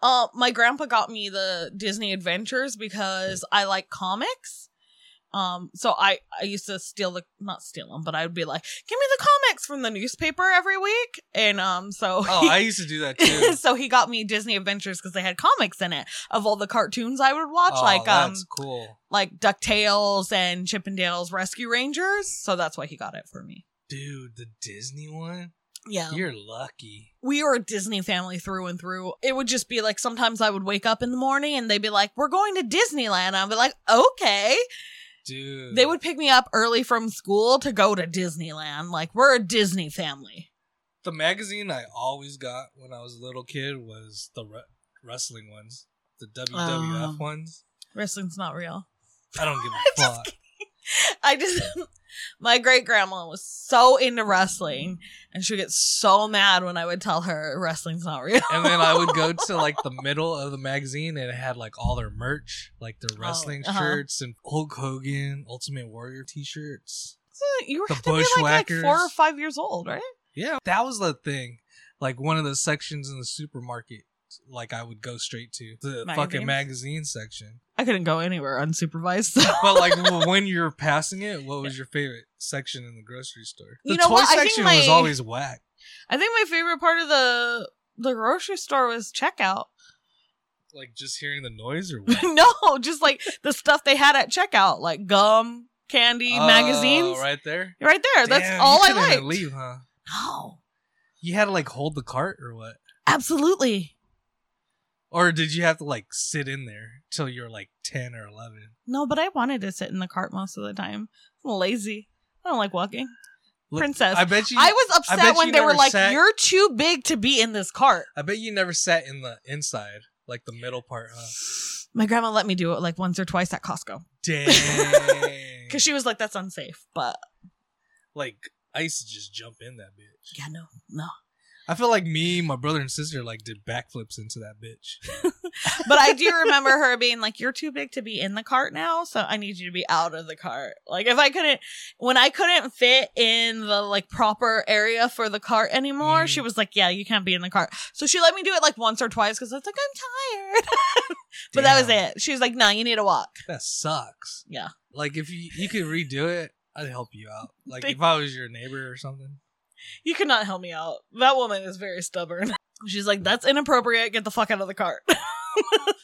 S1: Uh, my grandpa got me the Disney Adventures because I like comics. Um, so I I used to steal the not steal them, but I would be like, give me the comics from the newspaper every week, and um, so
S2: Oh, I used to do that too.
S1: so he got me Disney Adventures because they had comics in it of all the cartoons I would watch,
S2: oh,
S1: like um,
S2: that's cool,
S1: like DuckTales and Chippendales Rescue Rangers. So that's why he got it for me.
S2: dude. The Disney one.
S1: Yeah.
S2: You're lucky.
S1: We were a Disney family through and through. It would just be like sometimes I would wake up in the morning and they'd be like, We're going to Disneyland. I'd be like, Okay.
S2: Dude,
S1: They would pick me up early from school to go to Disneyland. Like, we're a Disney family.
S2: The magazine I always got when I was a little kid was the re- wrestling ones, the WWF
S1: Oh.
S2: ones.
S1: Wrestling's not real.
S2: I don't give a
S1: Just
S2: fuck.
S1: I just, my great grandma was so into wrestling and she would get so mad when I would tell her wrestling's not real.
S2: And then I would go to like the middle of the magazine and it had like all their merch, like their wrestling
S1: uh-huh.
S2: shirts and Hulk Hogan, Ultimate Warrior t shirts.
S1: You were
S2: The
S1: had to be like, like
S2: Bushwhackers.
S1: four or five years old, right?
S2: Yeah, that was the thing. Like one of the sections in the supermarket, like I would go straight to the
S1: Magazines?
S2: fucking magazine section.
S1: I couldn't go anywhere unsupervised. So.
S2: But like w- when you're passing it, what was your favorite section in the grocery store? The
S1: You know
S2: toy
S1: what? I think
S2: section was
S1: my-
S2: always whack.
S1: I think my favorite part of the the grocery store was checkout.
S2: like just hearing the noise or what?
S1: no, just like the stuff they had at checkout, like gum, candy,
S2: Oh,
S1: magazines. Right,
S2: right there.
S1: there.
S2: Damn,
S1: That's all
S2: you
S1: I
S2: couldn't
S1: liked.
S2: Leave, huh?
S1: No,
S2: You had to like hold the cart or what?
S1: absolutely.
S2: Or did you have to like sit in there till you were like ten or eleven?
S1: No, but I wanted to sit in the cart most of the time. I'm lazy. I don't like walking.
S2: Look,
S1: Princess.
S2: I bet you.
S1: I
S2: I,
S1: was upset
S2: bet
S1: when
S2: you
S1: they were
S2: never
S1: like,
S2: sat-
S1: "You're too big to be in this cart."
S2: bet you never sat in the inside, like the middle part. Huh?
S1: My grandma let me do it like once or twice at Costco
S2: Dang.
S1: because she was like, "That's unsafe." But
S2: like I used to just jump in that bitch.
S1: yeah, no, no.
S2: I feel like me, my brother, and sister like did backflips into that bitch.
S1: But I do remember her being like, "You're too big to be in the cart now, so I need you to be out of the cart." Like if I couldn't, when I couldn't fit in the like proper area for the cart anymore,
S2: Mm.
S1: she was like, "Yeah, you can't be in the cart." So she let me do it like once or twice because I was like, "I'm tired," but that was
S2: Damn,
S1: it. She was like, "No, you need to walk."
S2: That sucks.
S1: Yeah.
S2: Like if you you could redo it, I'd help you out. Like
S1: Thank-
S2: if I was your neighbor or something.
S1: You could not help me out. That woman is very stubborn. She's like, that's inappropriate. Get the fuck out of the cart.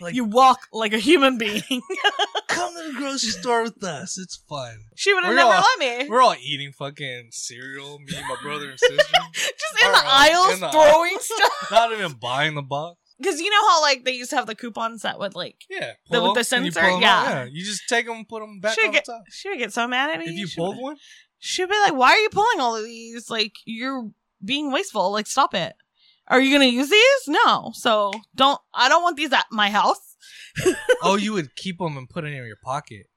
S2: Like-
S1: you walk like a human being.
S2: Come to the grocery store with us. It's fun.
S1: she would have
S2: We're
S1: never
S2: all-
S1: let me.
S2: We're all eating fucking cereal. Me, and my brother, and sister.
S1: Just in
S2: we're
S1: the
S2: all
S1: aisles
S2: in the
S1: throwing stuff.
S2: Not even buying the box.
S1: Because you know how like they used to have the coupons that would like.
S2: Yeah.
S1: The-
S2: pull
S1: with the
S2: 'em, and you
S1: sensor?
S2: pull 'em out.
S1: Yeah.
S2: You just take them and put them back
S1: Should
S2: on
S1: get-
S2: the top.
S1: She would get so mad at me.
S2: If you
S1: She
S2: pulled
S1: would-
S2: one,
S1: she'd be like, "Why are you pulling all of these? Like you're being wasteful. Like stop it. Are you gonna use these? No. So don't. I don't want these at my house.
S2: oh, you would keep them and put it in your pocket.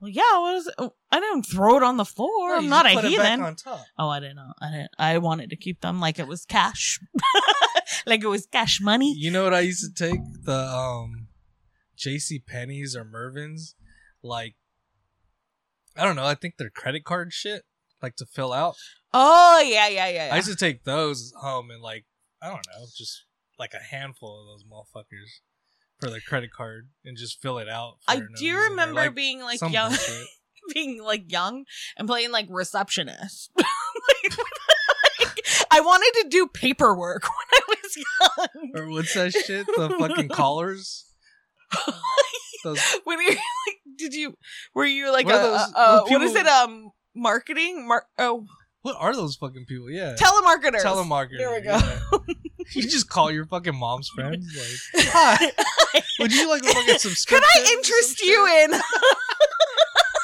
S1: Well, yeah. What is it? I didn't throw it on the floor.
S2: No,
S1: I'm
S2: you
S1: not a
S2: just put it back
S1: heathen.
S2: on top.
S1: Oh, I didn't know. I didn't. I wanted to keep them like it was cash, like it was cash money.
S2: You know what I used to take the um, J.C. Penney's or Mervin's, like I don't know. I think they're credit card shit, like to fill out.
S1: Oh yeah, yeah, yeah.
S2: I
S1: yeah.
S2: used to take those home and like I don't know, just like a handful of those motherfuckers for the credit card and just fill it out. For
S1: I,
S2: no
S1: do
S2: reason. Or,
S1: remember
S2: like,
S1: being like
S2: some
S1: young,
S2: bullshit.
S1: being like young, and playing like receptionist. like, like, I wanted to do paperwork when I was young.
S2: or what's that shit? The fucking collars. Those
S1: when you like, did you were you like
S2: What
S1: a,
S2: are those-
S1: a- a-
S2: those
S1: what is
S2: people-
S1: it um marketing mar- oh
S2: what are those fucking people? Yeah,
S1: telemarketers
S2: telemarketer.
S1: There we go.
S2: yeah. you just call your fucking mom's friends. Like, hi, would you like to look at subscription?
S1: could I interest you in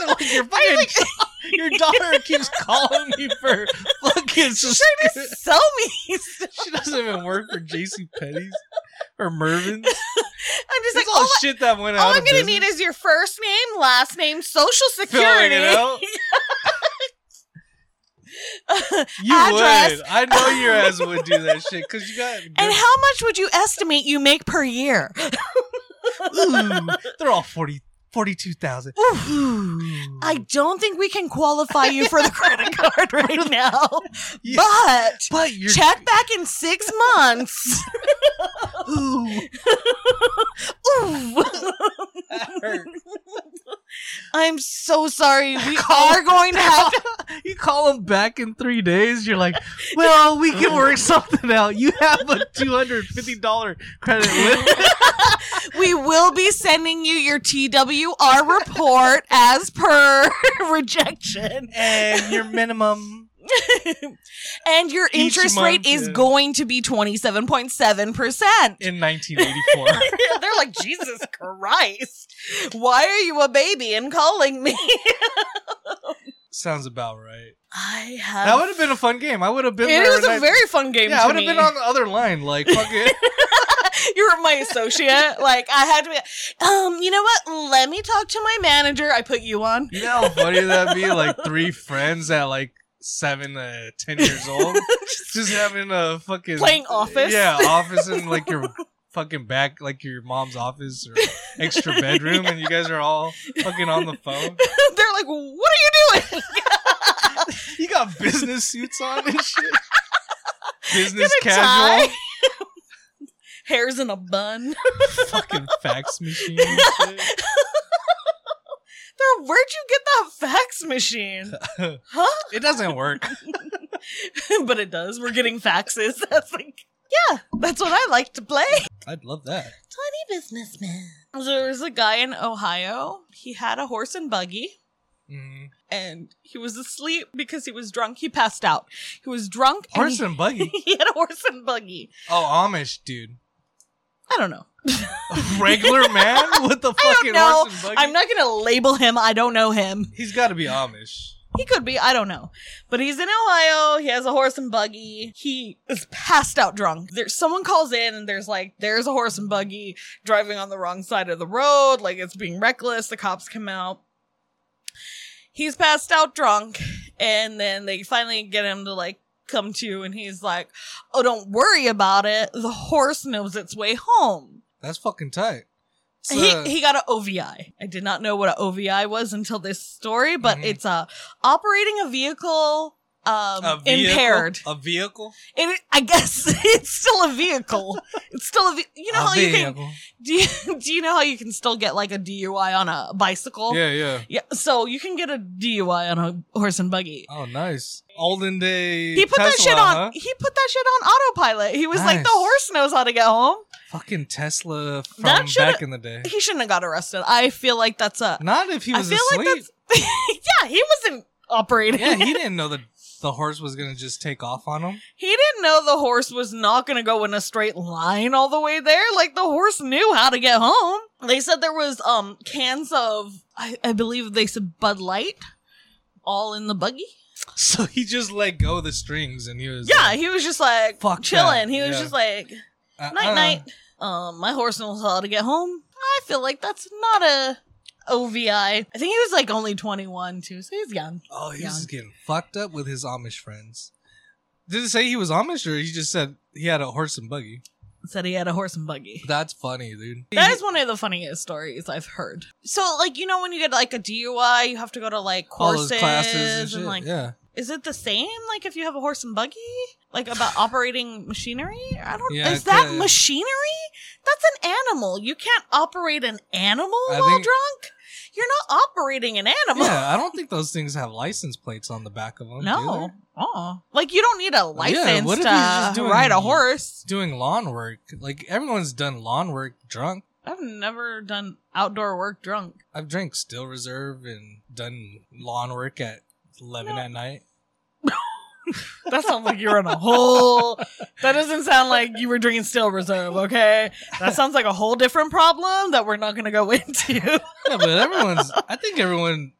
S2: in like, your, fucking, your daughter keeps calling me for fucking
S1: She's
S2: subscription.
S1: trying to sell me. stuff.
S2: She doesn't even work for J.C. Penney's or Mervin's.
S1: I'm just
S2: It's
S1: like,
S2: all
S1: all, I-
S2: shit that went out.
S1: all I'm
S2: of
S1: gonna
S2: business.
S1: need is your first name, last name, social
S2: Filling
S1: security,
S2: it out. You
S1: Address.
S2: would. I know your ass would do that shit because you got.
S1: and how much would you estimate you make per year?
S2: Ooh, they're all 40, 42,000. Ooh.
S1: I don't think we can qualify you for the credit card right now,
S2: Yeah.
S1: but
S2: But you're
S1: check back in six months.
S2: Ooh,
S1: Ooh.
S2: that hurt.
S1: I'm so sorry. We
S2: Call-
S1: are going to have to.
S2: You call them back in three days. You're like, well, we can work something out. You have a two hundred fifty dollar credit limit.
S1: We will be sending you your TWR report as per rejection.
S2: and your minimum.
S1: and your
S2: Each
S1: interest
S2: month,
S1: rate is
S2: yeah.
S1: going to be 27.7%.
S2: In 1984,
S1: They're like, Jesus Christ, why are you a baby and calling me?
S2: sounds about right.
S1: I
S2: That
S1: have.
S2: would have been a fun game. I would have been.
S1: It
S2: there
S1: was
S2: and
S1: a
S2: I-
S1: very fun game.
S2: Yeah,
S1: to
S2: I would have
S1: me.
S2: been on the other line. Like, fuck it.
S1: you were my associate. like I had to be. Um, you know what? Let me talk to my manager. I put you on.
S2: You know how funny that'd be? Like three friends at like seven to ten years old, just having a fucking
S1: Playing Office.
S2: Yeah, office in like your fucking back, like your mom's office or extra bedroom, and you guys are all fucking on the phone.
S1: They're like, what are you doing?
S2: You got business suits on and shit. Business
S1: In a
S2: casual,
S1: tie? Hairs in a bun.
S2: fucking fax machine. and shit.
S1: They're where'd you get that fax machine? Huh?
S2: It doesn't work.
S1: but it does. We're getting faxes. That's like That's what I like to play.
S2: I'd love that.
S1: Tiny businessman. There was a guy in Ohio. He had a horse and buggy.
S2: Mm-hmm.
S1: And he was asleep because he was drunk. He passed out. He was drunk. and
S2: Horse and buggy.
S1: he, he had a horse and buggy.
S2: Oh, Amish dude.
S1: I don't know.
S2: Regular man with the fucking
S1: know.
S2: horse and buggy.
S1: I'm not gonna label him. I don't know him.
S2: He's got to be Amish.
S1: He could be, I don't know. But he's in Ohio. He has a horse and buggy. He is passed out drunk. There's someone calls in and there's like, there's a horse and buggy driving on the wrong side of the road. Like it's being reckless. The cops come out. He's passed out drunk. And then they finally get him to like come to and he's like, oh, don't worry about it. The horse knows its way home.
S2: That's fucking tight. It's, uh,
S1: He, he got an OVI. I did not know what an OVI was until this story, but
S2: Mhm.
S1: it's a operating a vehicle um
S2: a vehicle-
S1: impaired.
S2: A vehicle.
S1: And it, I guess it's still a vehicle. it's still a ve- you know
S2: a
S1: how you can
S2: vehicle.
S1: do you, do you know how you can still get like a DUI on a bicycle?
S2: Yeah, yeah.
S1: Yeah, so you can get a DUI on a horse and buggy.
S2: Oh, nice. Olden day.
S1: He put that
S2: Tesla,
S1: shit on.
S2: huh?
S1: He put that shit on autopilot. He was like,
S2: Nice.
S1: "The horse knows how to get home."
S2: Fucking Tesla from
S1: That shoulda-
S2: back in the day.
S1: He shouldn't have got arrested. I feel like that's a
S2: Not if he
S1: I
S2: was
S1: feel like
S2: asleep.
S1: that's yeah. He wasn't operating.
S2: yeah, he
S1: he,
S2: didn't know that the horse was gonna just take off on him.
S1: didn't know the horse was not going to go in a straight line all the way there. Like the horse knew how to get home. They said there was um cans of I, I believe they said Bud Light, all in the buggy.
S2: So he just let go of the strings, and he was
S1: Yeah,
S2: like,
S1: he was just like
S2: Fuck
S1: chilling.
S2: that,
S1: He was
S2: yeah.
S1: just like
S2: uh-uh.
S1: night night. Um, my horse knows how to get home. I feel like that's not a. OVI. I think he was like only 21 too, so he's young.
S2: Oh, he
S1: Yeah.
S2: was just getting fucked up with his Amish friends. Did it say he was Amish, or he just said he had a horse and buggy?
S1: Said he had a horse and buggy.
S2: That's funny, dude.
S1: That is one of the funniest stories I've heard. So, like, you know, when you get like a DUI, you have to go to like
S2: all
S1: courses
S2: those classes and, shit.
S1: like,
S2: yeah,
S1: is it the same? Like, if you have a horse and buggy, like about operating machinery? I don't.
S2: Yeah,
S1: is
S2: it
S1: that
S2: could.
S1: machinery? That's an animal. You can't operate an animal
S2: I
S1: while
S2: think-
S1: drunk. You're not operating an animal.
S2: yeah. I don't think those things have license plates on the back of them. do
S1: no.
S2: they?
S1: Uh-uh. Like, you don't need a
S2: Well, yeah,
S1: license
S2: what if
S1: to
S2: he's just doing-
S1: ride a horse.
S2: doing lawn work. Like everyone's done lawn work drunk.
S1: I've never done outdoor work drunk.
S2: I've drank Still Reserve and done lawn work at eleven
S1: No.
S2: at night.
S1: That sounds like you're in a whole. That doesn't sound like you were drinking Still Reserve, okay? That sounds like a whole different problem that we're not going to go into.
S2: Yeah, but everyone's. I think everyone,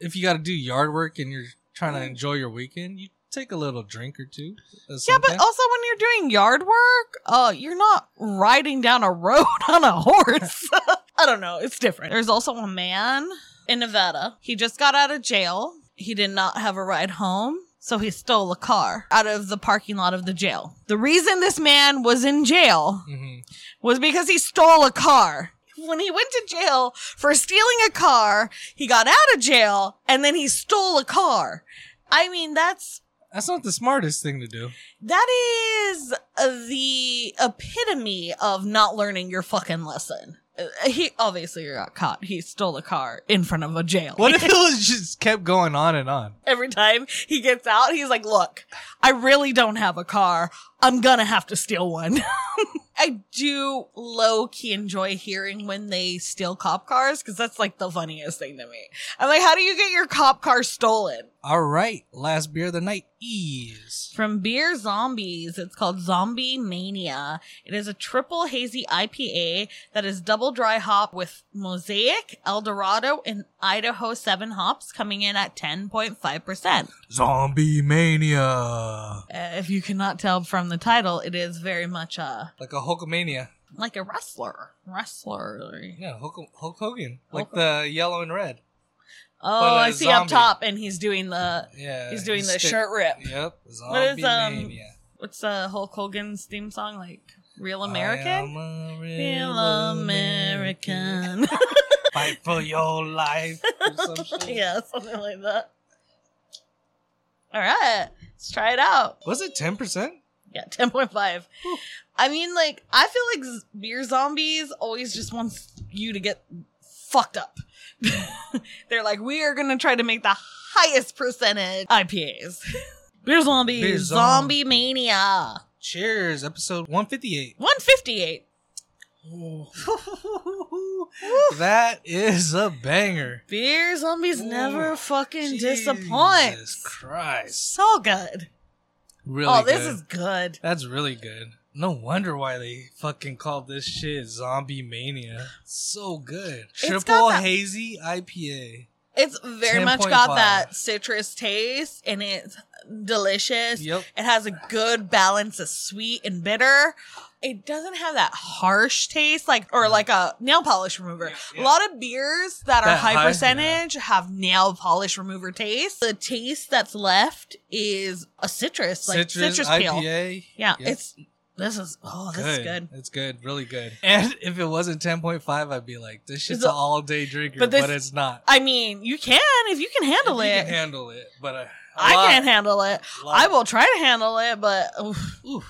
S2: if you got to do yard work and you're trying
S1: Mm.
S2: to enjoy your weekend, you take a little drink or two. That's
S1: Yeah, but oh
S2: okay.
S1: also when you're doing yard work, uh, you're not riding down a road on a horse. I don't know. It's different. There's also a man in Nevada. He just got out of jail. He did not have a ride home. So he stole a car out of the parking lot of the jail. The reason this man was in jail
S2: Mhm.
S1: was because he stole a car. When he went to jail for stealing a car, he got out of jail and then he stole a car. I mean, that's
S2: that's not the smartest thing to do.
S1: that is the epitome of not learning your fucking lesson. Uh, He obviously got caught. He stole a car in front of a jail.
S2: What if it was just kept going on and on?
S1: Every time he gets out, he's like, "Look, I really don't have a car. I'm gonna have to steal one." I do low key enjoy hearing when they steal cop cars because that's like the funniest thing to me. I'm like, "How do you get your cop car stolen?"
S2: All right, last beer of the night is
S1: From Beer Zombies. It's called Zombie Mania. It is a triple hazy IPA that is double dry hop with Mosaic, Eldorado, and Idaho 7 hops coming in at 10.5%.
S2: Zombie Mania,
S1: Uh, if you cannot tell from the title, it is very much a
S2: like a Hulkamania.
S1: like a wrestler, wrestler.
S2: Yeah, Hulk, Hulk Hogan, like
S1: Hulk-
S2: the yellow and red.
S1: Oh,
S2: a
S1: I see up
S2: zombie.
S1: top, and he's doing the
S2: Yeah,
S1: he's doing
S2: you
S1: the
S2: stick-
S1: shirt rip.
S2: Yep, Zombie
S1: What is, um,
S2: Mania.
S1: What's uh, Hulk Hogan's theme song like? Real American.
S2: I'm a real,
S1: Real American.
S2: Fight for your life. Or some shit.
S1: yeah, something like that. All right, let's try it out.
S2: Was it ten percent?
S1: Yeah, ten point five.
S2: Whew.
S1: I mean, like, I feel like z- beer zombies always just wants you to get fucked up. They're like, we are gonna try to make the highest percentage IPAs. Beer zombies,
S2: Beer zom-
S1: zombie mania.
S2: Cheers, episode 158.
S1: 158.
S2: that is a banger.
S1: Beer zombies
S2: Ooh,
S1: never fucking disappoint.
S2: Jesus Christ.
S1: So good.
S2: Really
S1: oh, this
S2: good.
S1: is good.
S2: That's really good. No wonder why they fucking called this shit Zombie Mania. So good.
S1: got
S2: Triple
S1: that-
S2: hazy IPA.
S1: It's very much got
S2: 10.5.
S1: that citrus taste and it's delicious.
S2: Yep.
S1: It has a good balance of sweet and bitter. It doesn't have that harsh taste, like or like a nail polish remover.
S2: Mm-hmm. Yeah.
S1: A lot of beers that are
S2: That
S1: high,
S2: high-
S1: percentage have nail polish remover taste. The taste that's left is a citrus, like citrus, peel.
S2: IPA.
S1: Yeah,
S2: Yep.
S1: it's this is oh this is good.
S2: It's good, really good. And if it wasn't 10.5, I'd be like, this shit's
S1: It's a-
S2: an all day drinker,
S1: but
S2: but,
S1: this-
S2: it's not.
S1: I mean, you can if you can handle
S2: You
S1: it.
S2: can handle it, but I
S1: I can't handle it.
S2: lot-
S1: I will try to handle it, but oof,
S2: Oof.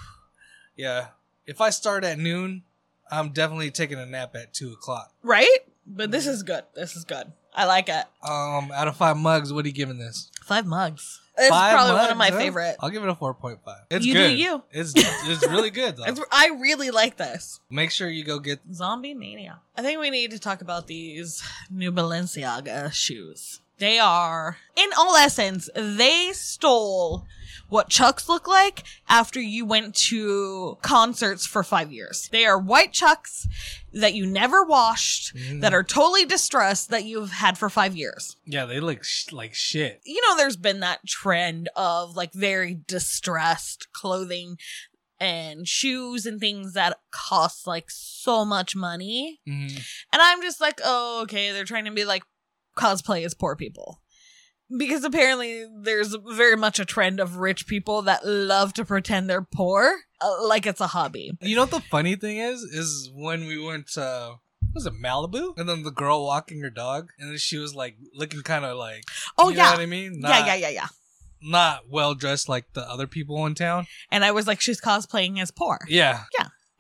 S2: Yeah. If I start at noon, I'm definitely taking a nap at two o'clock.
S1: right? But
S2: Mm-hmm.
S1: this is good. This is good. I like it.
S2: Um, out of five mugs, what are you giving this?
S1: Five mugs. It's
S2: Five
S1: probably one of my
S2: mugs, huh?
S1: favorite.
S2: I'll give it a four point five. It's
S1: You do
S2: good.
S1: you.
S2: It's it's really good though.
S1: It's, I really like this.
S2: Make sure you go get
S1: Zombie Mania. I think we need to talk about these new Balenciaga shoes. They are, in all essence, they stole what Chucks look like after you went to concerts for five years. They are white Chucks that you never washed,
S2: Mm-hmm.
S1: that are totally distressed that you've had for five years.
S2: yeah. They look sh- like shit.
S1: you know, there's been that trend of like very distressed clothing and shoes and things that cost like so much money.
S2: Mhm.
S1: And I'm just like, oh, okay, they're trying to be like cosplay is poor people. Because apparently there's very much a trend of rich people that love to pretend they're poor uh, like it's a hobby.
S2: You know what the funny thing is? Is when we went to what was it Malibu, and then the girl walking her dog, and then she was like looking kind of like
S1: Oh,
S2: you know
S1: yeah.
S2: what I mean
S1: yeah, yeah, yeah, yeah.
S2: not well dressed like the other people in town.
S1: And I was like, she's cosplaying as poor.
S2: Yeah,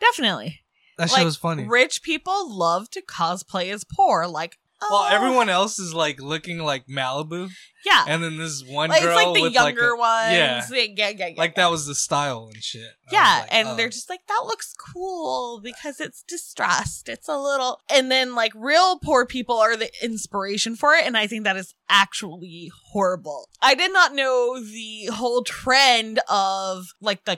S1: Definitely.
S2: that
S1: Like,
S2: shit was funny.
S1: Rich people love to cosplay as poor. Like,
S2: Well,
S1: oh,
S2: everyone else is like looking like Malibu,
S1: Yeah.
S2: and then this one
S1: like, it's
S2: girl
S1: like the
S2: with
S1: younger
S2: like
S1: ones.
S2: yeah.
S1: Yeah, yeah, yeah. yeah.
S2: a, like that was the style and shit. I was
S1: Yeah,
S2: like,
S1: and
S2: oh.
S1: they're just like, that looks cool because it's distressed. It's a little. And then, like, real poor people are the inspiration for it. And I think that is actually horrible. I did not know the whole trend of like the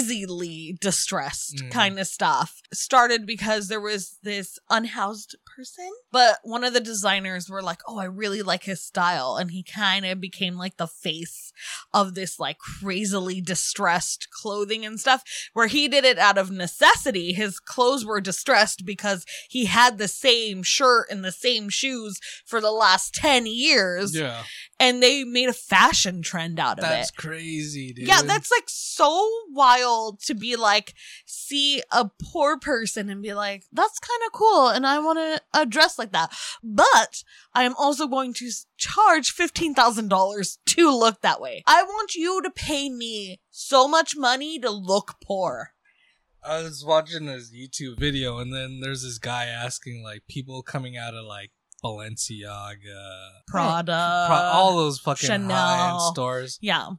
S1: crazily distressed
S2: Mm.
S1: kind of stuff started because there was this unhoused person, but one of the designers were like, oh, I really like his style. And he kind of became like the face of this like crazily distressed clothing and stuff where he did it out of necessity. His clothes were distressed because he had the same shirt and the same shoes for the last 10 years
S2: yeah,
S1: and they made a fashion trend out of
S2: that's
S1: it.
S2: crazy, dude.
S1: Yeah, that's like so wild to be like see a poor person and be like that's kind of cool and I want to uh, dress like that. But I am also going to s- charge $15,000 to look that way. I want you to pay me so much money to look poor.
S2: I was watching this YouTube video, and then there's this guy asking like people coming out of like Balenciaga,
S1: Prada.
S2: Pro- all those fucking high end
S1: Chanel.
S2: stores,
S1: yeah.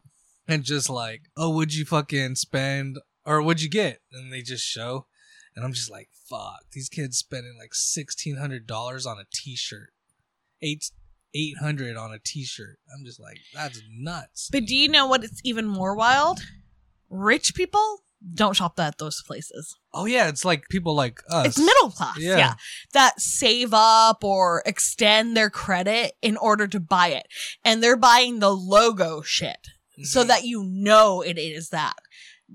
S2: and just like, oh, would you fucking spend or would you get? And they just show, and I'm just like, fuck, these kids spending like sixteen hundred dollars on a t-shirt, eight eight hundred on a t-shirt. I'm just like, that's nuts.
S1: But do you know what it's even more wild? Rich people don't shop at those places.
S2: Oh yeah, it's like people like us.
S1: It's middle class,
S2: Yeah.
S1: yeah. That save up or extend their credit in order to buy it. And they're buying the logo shit so
S2: Mm-hmm.
S1: that you know it is that.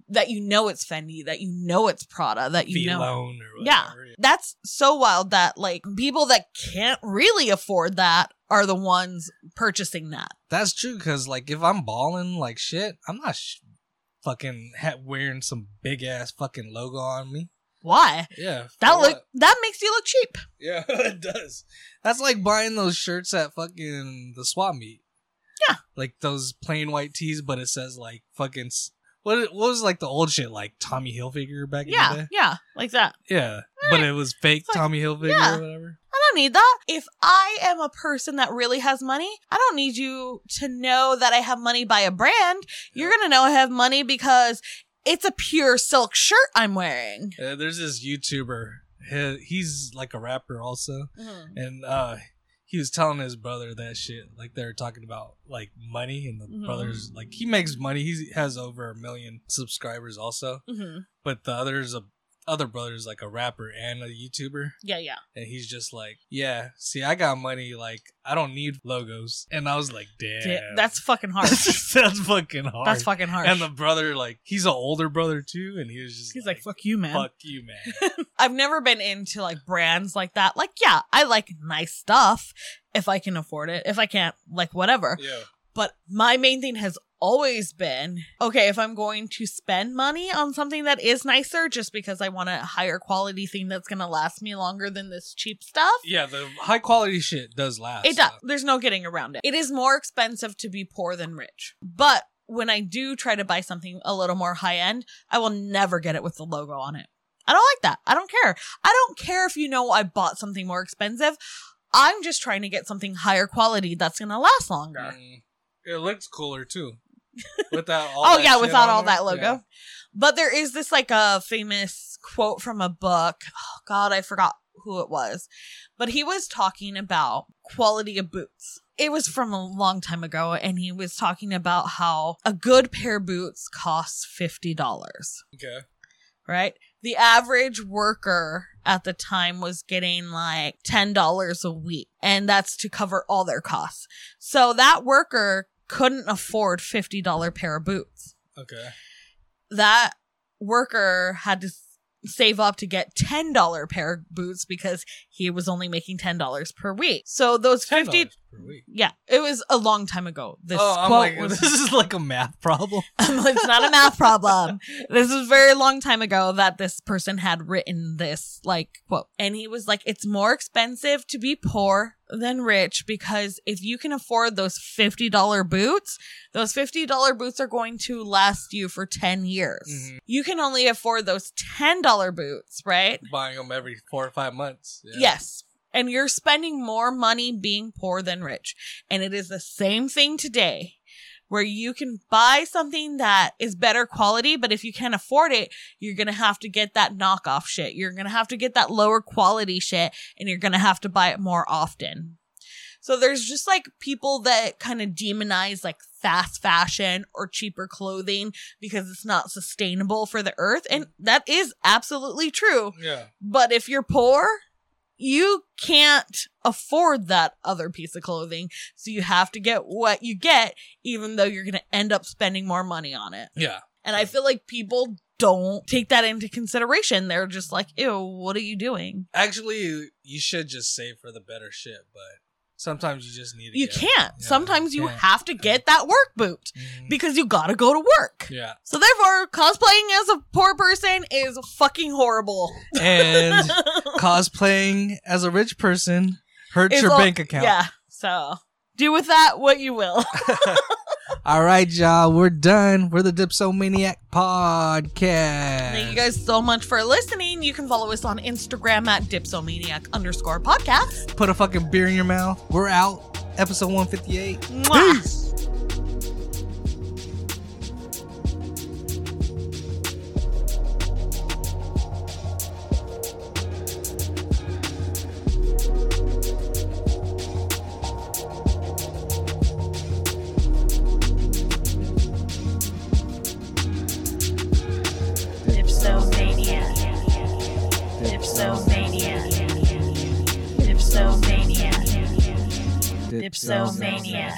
S1: That you know it's Fendi, that you know it's Prada, that you know.
S2: Loan or
S1: Yeah.
S2: whatever.
S1: That's so wild that like people that can't really afford that are the ones purchasing that.
S2: That's true, cause like if I'm balling like shit, I'm not sh- fucking ha- wearing some big ass fucking logo on me.
S1: Why?
S2: Yeah,
S1: That
S2: for
S1: look
S2: what?
S1: that makes you look cheap.
S2: Yeah, it does. That's like buying those shirts at fucking the swap meet.
S1: Yeah.
S2: like those plain white tees, but it says like fucking s- what? What was like the old shit like Tommy Hilfiger back in the
S1: Yeah,
S2: day?
S1: yeah, like that.
S2: Yeah, but it was fake
S1: It's like-
S2: Tommy Hilfiger
S1: yeah.
S2: or whatever.
S1: I don't need that. If I am a person that really has money, I don't need you to know that I have money by a brand. You're going to know I have money because It's a pure silk shirt I'm wearing.
S2: Uh, there's this YouTuber. He, he's like a rapper also, and uh, he was telling his brother that shit. Like they were talking about like money, and the
S1: Mhm.
S2: brothers like he makes money. He has over a million subscribers also,
S1: Mm-hmm.
S2: but the others a other brother's like a rapper and a YouTuber,
S1: Yeah, yeah.
S2: and he's just like, yeah, see, I got money. Like I don't need logos, and I was like, damn,
S1: Yeah, That's fucking harsh.
S2: that's fucking hard.
S1: That's fucking harsh.
S2: And the brother, like, he's an older brother too, and he was just
S1: He's like,
S2: like,
S1: fuck you, man.
S2: fuck you, man.
S1: I've never been into like brands like that. Like, yeah, I like nice stuff if I can afford it. If I can't, like, whatever.
S2: yeah.
S1: But my main thing has always been okay, if I'm going to spend money on something that is nicer just because I want a higher quality thing that's going to last me longer than this cheap stuff.
S2: Yeah, the high quality shit does last.
S1: It does. There's no getting around it. It is more expensive to be poor than rich. But when I do try to buy something a little more high end, I will never get it with the logo on it. I don't like that. I don't care. I don't care if you know I bought something more expensive. I'm just trying to get something higher quality that's going to last longer.
S2: Mm. It looks cooler too. Without all
S1: Oh
S2: that
S1: yeah,
S2: shit
S1: without
S2: on
S1: all
S2: there.
S1: that logo.
S2: Yeah.
S1: But there is this like a famous quote from a book. Oh god, I forgot who it was. But he was talking about quality of boots. It was from a long time ago and he was talking about how a good pair of boots costs $50,
S2: Okay.
S1: right? The average worker at the time was getting like $10 a week and that's to cover all their costs. So that worker couldn't afford $50 pair of boots
S2: Okay.
S1: that worker had to s- save up to get $10 pair of boots because he was only making $10 per week. So those 50
S2: $10 per week.
S1: yeah, it was a long time ago. This
S2: oh, I'm
S1: quote
S2: like,
S1: was
S2: this is like a math problem.
S1: Um, it's not a math problem. This is a very long time ago that this person had written this like quote. And he was like, It's more expensive to be poor than rich because if you can afford those $50 boots, those $50 boots are going to last you for 10 years.
S2: Mhm.
S1: You can only afford those $10 boots, right?
S2: Buying them every four or five months. Yeah.
S1: Yes. And you're spending more money being poor than rich. And it is the same thing today where you can buy something that is better quality, but if you can't afford it, you're going to have to get that knockoff shit. You're going to have to get that lower quality shit and you're going to have to buy it more often. So there's just like people that kind of demonize like fast fashion or cheaper clothing because it's not sustainable for the earth. And that is absolutely true.
S2: Yeah.
S1: But if you're poor, you can't afford that other piece of clothing. So you have to get what you get, even though you're going to end up spending more money on it.
S2: Yeah.
S1: And I feel like people don't take that into consideration. They're just like, ew, what are you doing?
S2: Actually, you should just save for the better shit, but sometimes you just need to
S1: You
S2: get-
S1: can't.
S2: Yeah,
S1: Sometimes you
S2: can't.
S1: have to get that work boot
S2: Mhm.
S1: because you got to go to work.
S2: Yeah.
S1: So therefore, cosplaying as a poor person is fucking horrible.
S2: And cosplaying as a rich person hurts
S1: It's
S2: your
S1: all-
S2: bank account.
S1: Yeah. So do with that what you will.
S3: All right, y'all, we're done. We're the Dipsomaniac Podcast.
S1: Thank you guys so much for listening. You can follow us on Instagram at dipsomaniac underscore podcast.
S3: Put a fucking beer in your mouth. We're out. Episode 158.
S1: Mwah.
S3: Peace.
S4: Dipsomania. Dipsomania. Dipsomania. Dipsomania.